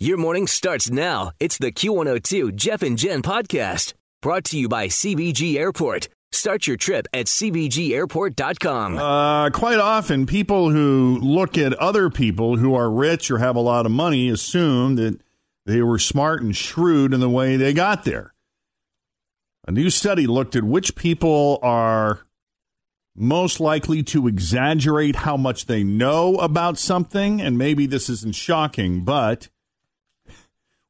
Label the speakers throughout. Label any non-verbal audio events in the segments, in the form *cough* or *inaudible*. Speaker 1: Your morning starts now. It's the Q102 Jeff and Jen podcast brought to you by CBG Airport. Start your trip at CBGAirport.com.
Speaker 2: Uh, quite often, people who look at other people who are rich or have a lot of money assume that they were smart and shrewd in the way they got there. A new study looked at which people are most likely to exaggerate how much they know about something, and maybe this isn't shocking, but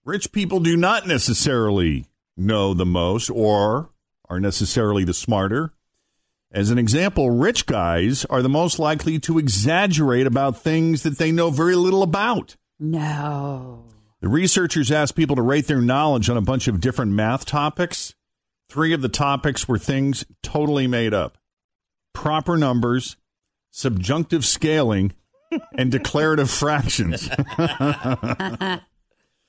Speaker 2: rich people do not necessarily know the most or are necessarily the smarter. As an example, rich guys are the most likely to exaggerate about things that they know very little about.
Speaker 3: No.
Speaker 2: The researchers asked people to rate their knowledge on a bunch of different math topics. Three of the topics were things totally made up proper numbers, subjunctive scaling, and declarative fractions.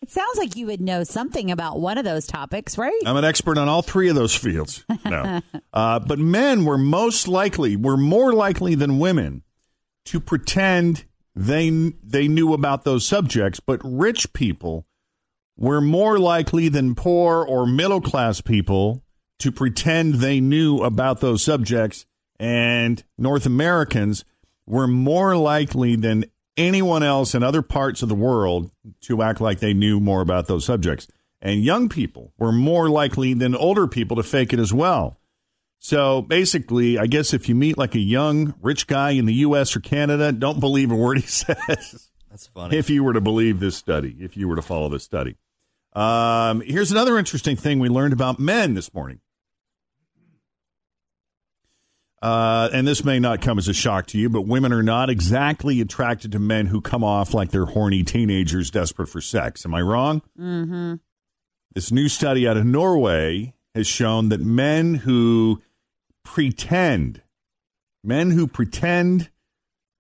Speaker 4: It sounds like you would know something about one of those topics, right?
Speaker 2: I'm an expert on all three of those fields. No. Uh, but men were most likely, were more likely than women to pretend they they knew about those subjects, but rich people were more likely than poor or middle class people to pretend they knew about those subjects, and North Americans were more likely than anyone else in other parts of the world to act like they knew more about those subjects. And young people were more likely than older people to fake it as well. So basically, I guess if you meet like a young rich guy in the U.S. or Canada, don't believe a word he *laughs* says.
Speaker 5: That's funny.
Speaker 2: if you were to believe this study, if you were to follow this study. Um, here's another interesting thing we learned about men this morning. Uh, and this may not come as a shock to you, but women are not exactly attracted to men who come off like they're horny teenagers desperate for sex. Am I wrong?
Speaker 4: Mm-hmm.
Speaker 2: This new study out of Norway has shown that men who pretend, men who pretend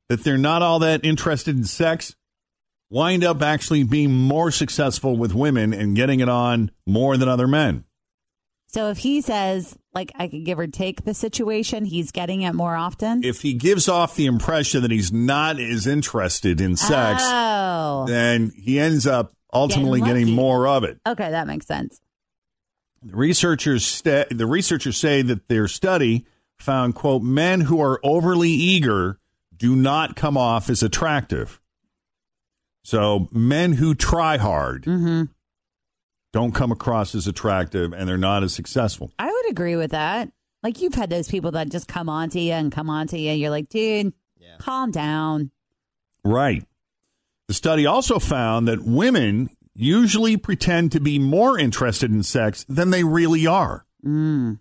Speaker 2: that they're not all that interested in sex, wind up actually being more successful with women and getting it on more than other men.
Speaker 4: So if he says, like, I could give or take the situation, he's getting it more often.
Speaker 2: If he gives off the impression that he's not as interested in sex,
Speaker 4: Oh.
Speaker 2: then he ends up ultimately
Speaker 4: Getting
Speaker 2: getting
Speaker 4: lucky.
Speaker 2: more of it.
Speaker 4: Okay, that makes sense.
Speaker 2: The researchers sta the researchers say that their study found quote men who are overly eager do not come off as attractive. So men who try hard
Speaker 4: Mm-hmm.
Speaker 2: don't come across as attractive and they're not as successful.
Speaker 4: I would agree with that. Like, you've had those people that just come on to you and come on to you, and you're like, dude, calm down.
Speaker 2: Right. The study also found that women usually pretend to be more interested in sex than they really are.
Speaker 4: Mm.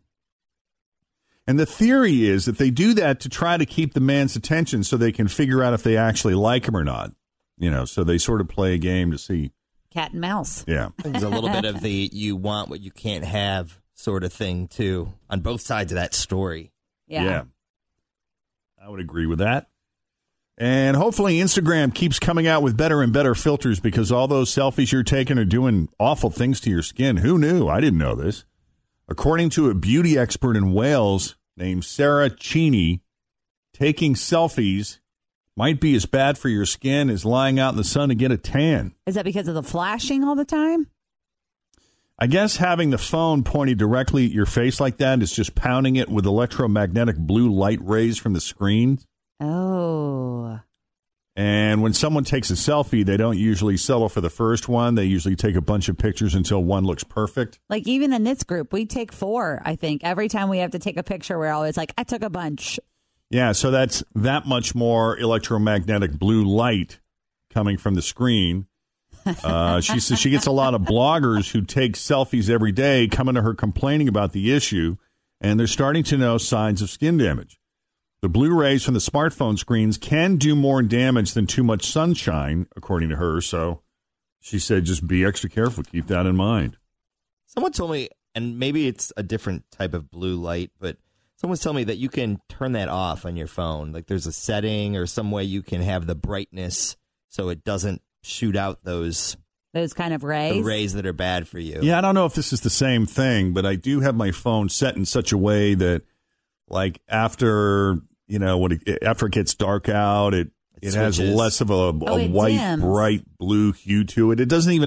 Speaker 2: And the theory is that they do that to try to keep the man's attention so they can figure out if they actually like him or not. You know, so they sort of play a game to see.
Speaker 4: Cat and mouse.
Speaker 2: Yeah.
Speaker 5: There's a little bit of the you want what you can't have sort of thing too on both sides of that story.
Speaker 4: Yeah.
Speaker 2: I would agree with that. And hopefully Instagram keeps coming out with better and better filters because all those selfies you're taking are doing awful things to your skin. Who knew? I didn't know this. According to a beauty expert in Wales named Sarah Cheney, taking selfies might be as bad for your skin as lying out in the sun to get a tan.
Speaker 4: Is that because of the flashing all the time?
Speaker 2: I guess having the phone pointed directly at your face like that is just pounding it with electromagnetic blue light rays from the screen.
Speaker 4: Oh.
Speaker 2: And when someone takes a selfie, they don't usually settle for the first one. They usually take a bunch of pictures until one looks perfect.
Speaker 4: Like even in this group, we take four. I think every time we have to take a picture, we're always like, "I took a bunch."
Speaker 2: Yeah, so that's that much more electromagnetic blue light coming from the screen. Uh, she says she gets a lot of bloggers who take selfies every day coming to her complaining about the issue, and they're starting to know signs of skin damage. The Blu rays from the smartphone screens can do more damage than too much sunshine, according to her. So she said just be extra careful, keep that in mind.
Speaker 5: Someone told me, and maybe it's a different type of blue light, but someone's telling me that you can turn that off on your phone. Like there's a setting or some way you can have the brightness so it doesn't shoot out those
Speaker 4: Those kind of
Speaker 5: the
Speaker 4: rays.
Speaker 5: rays that are bad for you.
Speaker 2: Yeah, I don't know if this is the same thing, but I do have my phone set in such a way that, like, after you know when it, after it gets dark out, it it,
Speaker 5: It
Speaker 2: has
Speaker 5: switches.
Speaker 2: less of a, a
Speaker 4: Oh, it
Speaker 2: white,
Speaker 4: dims.
Speaker 2: bright blue hue to it. It doesn't even.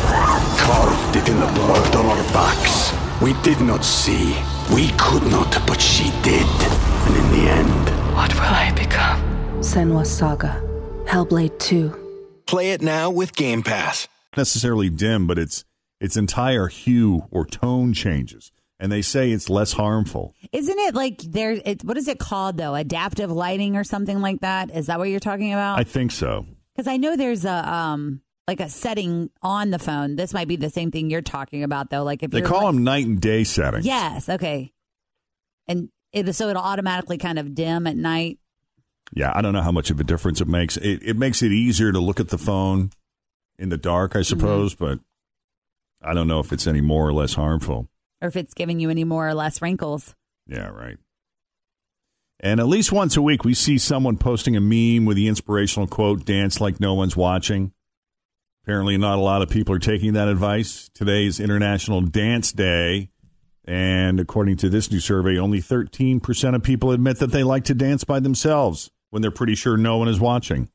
Speaker 6: Carved it in the blood on our backs. We did not see. We could not, but she did. And in the end,
Speaker 3: What will I become? Senwa Saga, Hellblade 2.
Speaker 7: Play it now with Game Pass.
Speaker 2: necessarily dim, but its its entire hue or tone changes, and they say it's less harmful.
Speaker 4: Isn't it like there? It, what is it called though? Adaptive lighting or something like that? Is that what you're talking about?
Speaker 2: I think so.
Speaker 4: Because I know there's a um like a setting on the phone. This might be the same thing you're talking about though. Like if
Speaker 2: They
Speaker 4: you're
Speaker 2: call them night and day settings.
Speaker 4: yes, okay, and it, so it'll automatically kind of dim at night.
Speaker 2: Yeah, I don't know how much of a difference it makes. It, it makes it easier to look at the phone in the dark, I suppose, but I don't know if it's any more or less harmful.
Speaker 4: Or if it's giving you any more or less wrinkles.
Speaker 2: Yeah, right. And at least once a week, we see someone posting a meme with the inspirational quote, dance like no one's watching. Apparently, not a lot of people are taking that advice. Today is International Dance Day. And according to this new survey, only 13% of people admit that they like to dance by themselves when they're pretty sure no one is watching.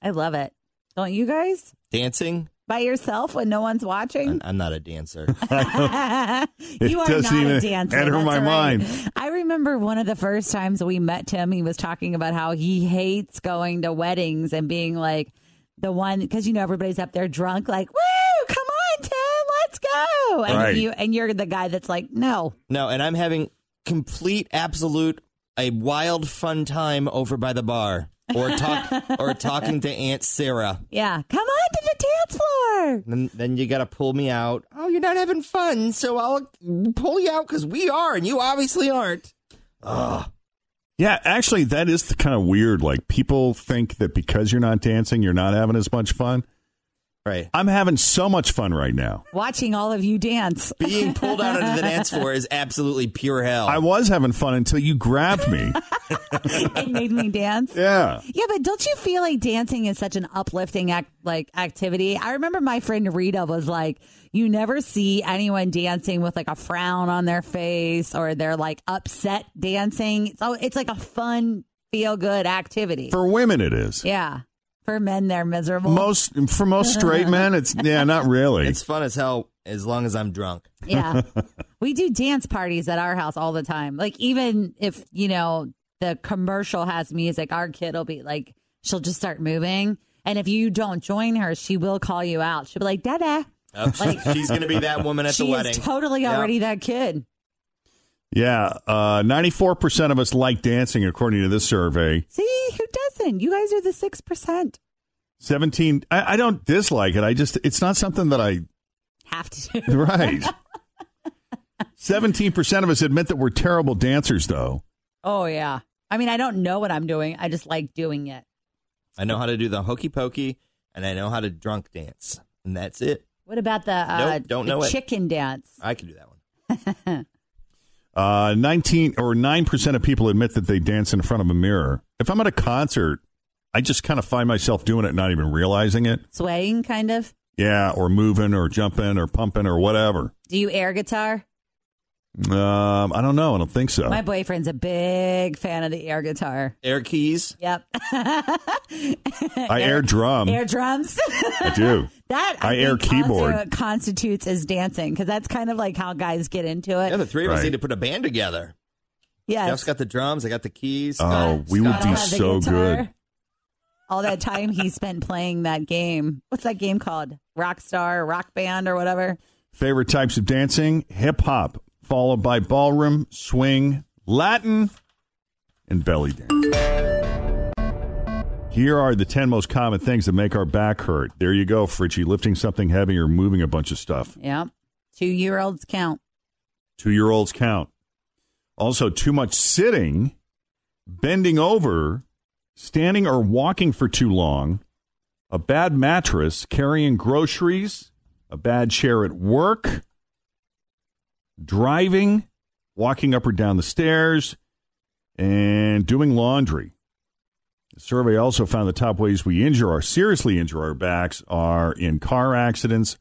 Speaker 4: I love it. Don't you guys?
Speaker 5: Dancing?
Speaker 4: By yourself when no one's watching?
Speaker 5: I'm I'm not a dancer.
Speaker 4: you are
Speaker 2: doesn't
Speaker 4: not
Speaker 2: even
Speaker 4: a dancer.
Speaker 2: enter
Speaker 4: that's
Speaker 2: my
Speaker 4: all right.
Speaker 2: mind.
Speaker 4: I remember one of the first times we met him, he was talking about how he hates going to weddings and being like the one because you know everybody's up there drunk, like, Woo, come on, Tim, let's go. And
Speaker 2: Right.
Speaker 4: you and you're the guy that's like, No.
Speaker 5: No, and I'm having complete, absolute, a wild, fun time over by the bar, or
Speaker 4: *laughs*
Speaker 5: talk, or talking to Aunt Sarah.
Speaker 4: Yeah. Come on to the dance floor.
Speaker 5: Then, then you got to pull me out. Oh, you're not having fun, so I'll pull you out because we are, and you obviously aren't.
Speaker 2: Yeah, actually, that is the kind of weird. Like, people think that because you're not dancing, you're not having as much fun.
Speaker 5: Right.
Speaker 2: I'm having so much fun right now.
Speaker 4: Watching all of you dance. *laughs*
Speaker 5: Being pulled out onto the dance floor is absolutely pure hell.
Speaker 2: I was having fun until you grabbed me.
Speaker 4: it made me dance.
Speaker 2: yeah.
Speaker 4: Yeah, but don't you feel like dancing is such an uplifting act, like activity? I remember my friend Rita was like, "You never see anyone dancing with like a frown on their face or they're like upset dancing. So it's like a fun, feel good activity."
Speaker 2: For women, it is.
Speaker 4: yeah, for men, they're miserable.
Speaker 2: Most for most straight men, it's yeah, not really.
Speaker 5: it's fun as hell as long as I'm drunk. *laughs*
Speaker 4: yeah, we do dance parties at our house all the time. Like even if you know the commercial has music, our kid will be like, she'll just start moving. And if you don't join her, she will call you out. She'll be like, "Dada."
Speaker 5: Oh, she- she's going to be that woman at
Speaker 4: she
Speaker 5: the wedding.
Speaker 4: is totally
Speaker 5: Yeah.
Speaker 4: already that kid.
Speaker 2: yeah, uh, ninety-four percent of us like dancing, according to this survey.
Speaker 4: See, who doesn't? You guys are the six percent.
Speaker 2: Seventeen. I, I don't dislike it. I just it's not something that I *laughs*
Speaker 4: Have to. do.
Speaker 2: right. Seventeen percent of us admit that we're terrible dancers, though.
Speaker 4: Oh yeah. I mean, I don't know what I'm doing. I just like doing it.
Speaker 5: I know how to do the hokey pokey, and I know how to drunk dance, and that's it.
Speaker 4: What about the uh,
Speaker 5: Nope, don't
Speaker 4: the
Speaker 5: know it.
Speaker 4: chicken dance?
Speaker 5: I can do that one.
Speaker 2: Uh, Nineteen or nine percent of people admit that they dance in front of a mirror. If I'm at a concert I just kind of find myself doing it, not even realizing it.
Speaker 4: Swaying, kind of.
Speaker 2: Yeah, or moving, or jumping, or pumping, or whatever.
Speaker 4: Do you air guitar?
Speaker 2: Um, I don't know. I don't think so.
Speaker 4: My boyfriend's a big fan of the air guitar.
Speaker 5: Air keys.
Speaker 4: Yep.
Speaker 2: *laughs* I air drum.
Speaker 4: air drums. *laughs*
Speaker 2: I do.
Speaker 4: that
Speaker 2: I air
Speaker 4: think, also
Speaker 2: keyboard.
Speaker 4: constitutes as dancing because that's kind of like how guys get into
Speaker 5: Yeah,
Speaker 4: it.
Speaker 5: the three of us
Speaker 2: Right.
Speaker 5: need to put a band together.
Speaker 4: Yes.
Speaker 5: Jeff's got the drums. I got the keys.
Speaker 2: Oh, we would
Speaker 4: I
Speaker 2: be
Speaker 4: don't
Speaker 2: He's
Speaker 4: have the
Speaker 2: so
Speaker 4: guitar.
Speaker 2: good.
Speaker 4: All that time he spent playing that game. What's that game called? Rockstar, Rock Band, or whatever.
Speaker 2: Favorite types of dancing: hip hop, followed by ballroom, swing, Latin, and belly dance. Here are the ten most common things that make our back hurt. There you go, Fritchie. Lifting something heavy or moving a bunch of stuff.
Speaker 4: Yep. Two year olds count.
Speaker 2: Two year olds count. Also, too much sitting, bending over, standing or walking for too long, a bad mattress, carrying groceries, a bad chair at work, driving, walking up or down the stairs, and doing laundry. The survey also found the top ways we injure or seriously injure our backs are in car accidents,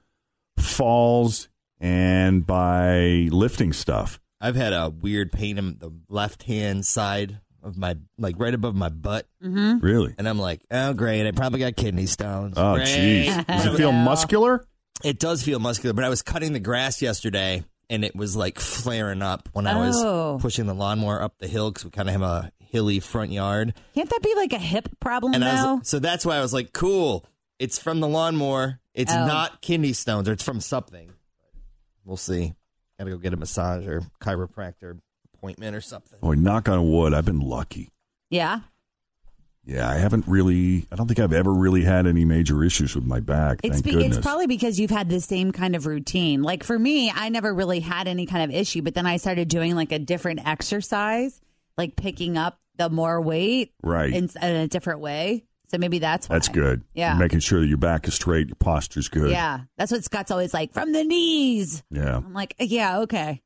Speaker 2: falls, and by lifting stuff.
Speaker 5: I've had a weird pain in the left hand side of my, like right above my butt.
Speaker 4: Hmm?
Speaker 2: Really?
Speaker 5: And I'm like, oh, great. I probably got kidney stones.
Speaker 2: Oh,
Speaker 5: Great.
Speaker 4: *laughs*
Speaker 2: jeez. Does it feel muscular?
Speaker 5: It does feel muscular, but I was cutting the grass yesterday and it was like flaring up when I
Speaker 4: Oh.
Speaker 5: was pushing the lawnmower up the hill because we kind of have a hilly front yard.
Speaker 4: Can't that be like a hip problem
Speaker 5: And I
Speaker 4: though?
Speaker 5: was, so that's why I was like, cool. It's from the lawnmower. It's
Speaker 4: Oh.
Speaker 5: not kidney stones or it's from something. We'll see. Got to go get a massage or chiropractor appointment or something.
Speaker 2: Boy, knock on wood. I've been lucky.
Speaker 4: yeah.
Speaker 2: Yeah, I haven't really. I don't think I've ever really had any major issues with my back.
Speaker 4: It's
Speaker 2: thank
Speaker 4: be,
Speaker 2: goodness.
Speaker 4: it's probably because you've had the same kind of routine. Like for me, I never really had any kind of issue, but then I started doing like a different exercise, like picking up the more weight
Speaker 2: Right.
Speaker 4: in, in a different way. So maybe that's why.
Speaker 2: That's good.
Speaker 4: Yeah.
Speaker 2: making sure that your back is straight, your posture's good.
Speaker 4: Yeah, that's what Scott's always like from the knees.
Speaker 2: Yeah.
Speaker 4: I'm like, yeah, okay,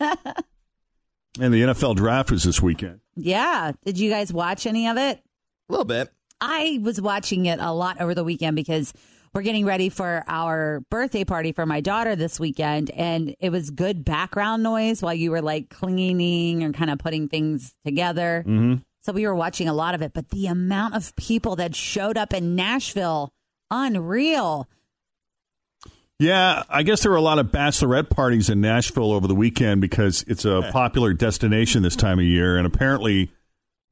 Speaker 2: And the NFL draft was this weekend.
Speaker 4: yeah. Did you guys watch any of it?
Speaker 5: A little bit.
Speaker 4: I was watching it a lot over the weekend because we're getting ready for our birthday party for my daughter this weekend. And it was good background noise while you were like cleaning and kind of putting things together. So we were watching a lot of it. But the amount of people that showed up in Nashville, unreal.
Speaker 2: Yeah, I guess there were a lot of bachelorette parties in Nashville over the weekend because it's a popular destination this time of year. And apparently,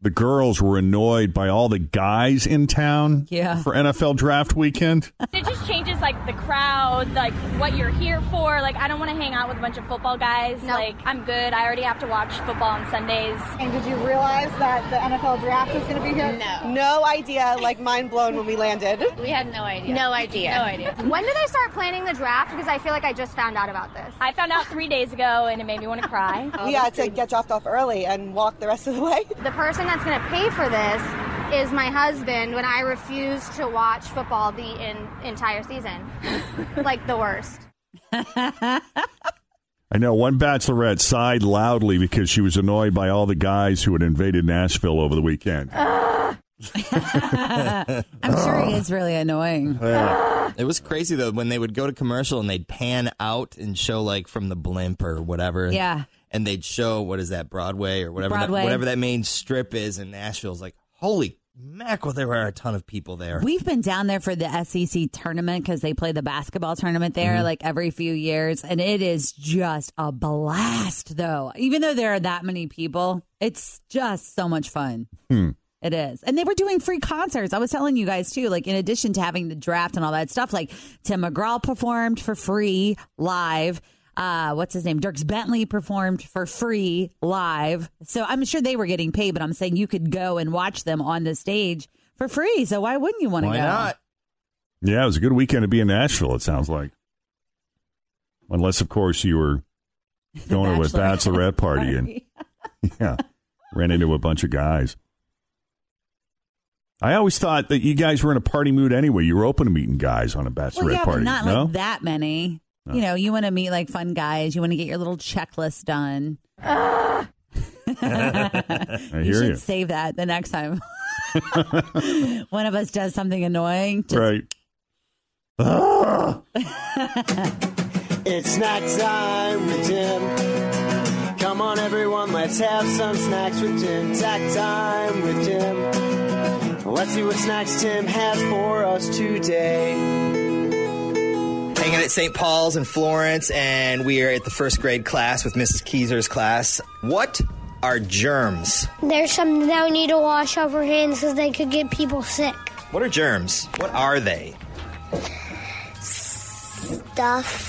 Speaker 2: the girls were annoyed by all the guys in town
Speaker 4: Yeah.
Speaker 2: for NFL draft
Speaker 4: *laughs*
Speaker 2: weekend.
Speaker 8: It just changes like the crowd, like what you're here for. Like I don't want to hang out with a bunch of football guys. Like I'm good. I already have to watch football on Sundays.
Speaker 9: And did you realize that the NFL draft was going to be here? No. No idea. Like mind blown when we landed.
Speaker 8: We had no idea. No idea. No idea. when did I start planning the draft? Because I feel like I just found out about this. I found out three days ago, and it made me want to cry.
Speaker 9: we had to get dropped off early and walk the rest of the way.
Speaker 8: the person that's going to pay for this is my husband. When I refuse to watch football the in- entire season, like the worst.
Speaker 2: I know one bachelorette sighed loudly because she was annoyed by all the guys who had invaded Nashville over the weekend.
Speaker 4: Uh. I'm sure it is really annoying.
Speaker 5: It was crazy though when they would go to commercial and they'd pan out and show like from the blimp or whatever.
Speaker 4: Yeah.
Speaker 5: And they'd show what is that Broadway or whatever
Speaker 4: Broadway.
Speaker 5: That, whatever that main strip is in Nashville's like holy mackerel there are a ton of people there.
Speaker 4: We've been down there for the SEC tournament because they play the basketball tournament there like every few years. And it is just a blast, though. Even though there are that many people, it's just so much fun. It is. And they were doing free concerts. I was telling you guys, too, like in addition to having the draft and all that stuff, like Tim McGraw performed for free live. Uh, what's his name? Dirks Bentley performed for free live. So I'm sure they were getting paid, but I'm saying you could go and watch them on the stage for free. So why wouldn't you want to
Speaker 5: Why
Speaker 4: go? *laughs*
Speaker 5: not?
Speaker 2: yeah, it was a good weekend to be in Nashville, it sounds like. Unless, of course, you were going to a
Speaker 4: Bachelorette
Speaker 2: bachelorette party
Speaker 4: *laughs*
Speaker 2: and yeah, ran into a bunch of guys. I always thought that you guys were in a party mood anyway. You were open to meeting guys on a bachelorette
Speaker 4: Well, yeah,
Speaker 2: party.
Speaker 4: but not
Speaker 2: no?
Speaker 4: like that many. You know, you want to meet like fun guys. You want to get your little checklist done.
Speaker 2: I
Speaker 4: you
Speaker 2: hear
Speaker 4: should
Speaker 2: you.
Speaker 4: save that the next time. *laughs* One of us does something annoying. Just,
Speaker 2: right. Ah!
Speaker 10: It's snack time with Jim. Come on, everyone, let's have some snacks with Jim. Snack time with Jim. Let's see what snacks Tim has for us today.
Speaker 5: Hanging at St. Paul's in Florence, and we are at the first grade class with Mrs. Keezer's class. What are germs?
Speaker 11: There's something that we need to wash off our hands because they could get people sick.
Speaker 5: What are germs? What are they?
Speaker 8: Stuff.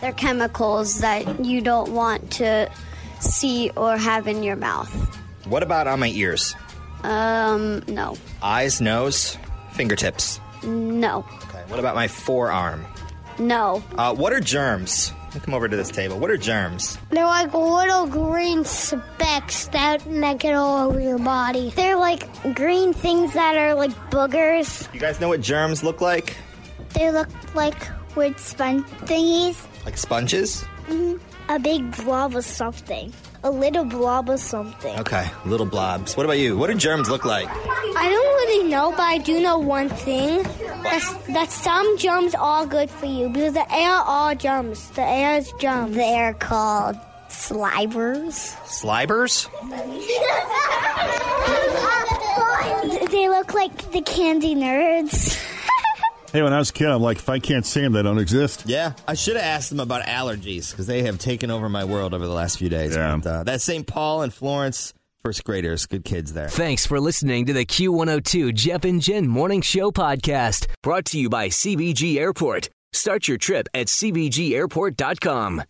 Speaker 8: They're chemicals that you don't want to see or have in your mouth.
Speaker 5: What about on my ears?
Speaker 8: Um, no.
Speaker 5: Eyes, nose, fingertips.
Speaker 8: No.
Speaker 5: Okay, What about my forearm?
Speaker 8: No.
Speaker 5: Uh, what are germs? Let me Come over to this table. What are germs?
Speaker 11: They're like little green specks that, that get all over your body. They're like green things that are like boogers.
Speaker 5: You guys know what germs look like?
Speaker 11: They look like weird sponge thingies.
Speaker 5: Like sponges?
Speaker 11: Mhm. A big blob of something. A little blob of something.
Speaker 5: Okay, little blobs. What about you? What do germs look like?
Speaker 11: I don't really know, but I do know one thing. That's, that some germs are good for you because the air are germs. The air is germs. They're called slivers.
Speaker 5: Slibers?
Speaker 11: they look like the candy nerds.
Speaker 2: Hey, when I was a kid, I'm like, if I can't see them, they don't exist.
Speaker 5: Yeah, I should have asked them about allergies because they have taken over my world over the last few days. Yeah. But, uh, that's St. Paul and Florence, first graders, good kids there.
Speaker 1: Thanks for listening to the Q102 Jeff and Jen Morning Show podcast brought to you by CBG Airport. Start your trip at CBGAirport.com.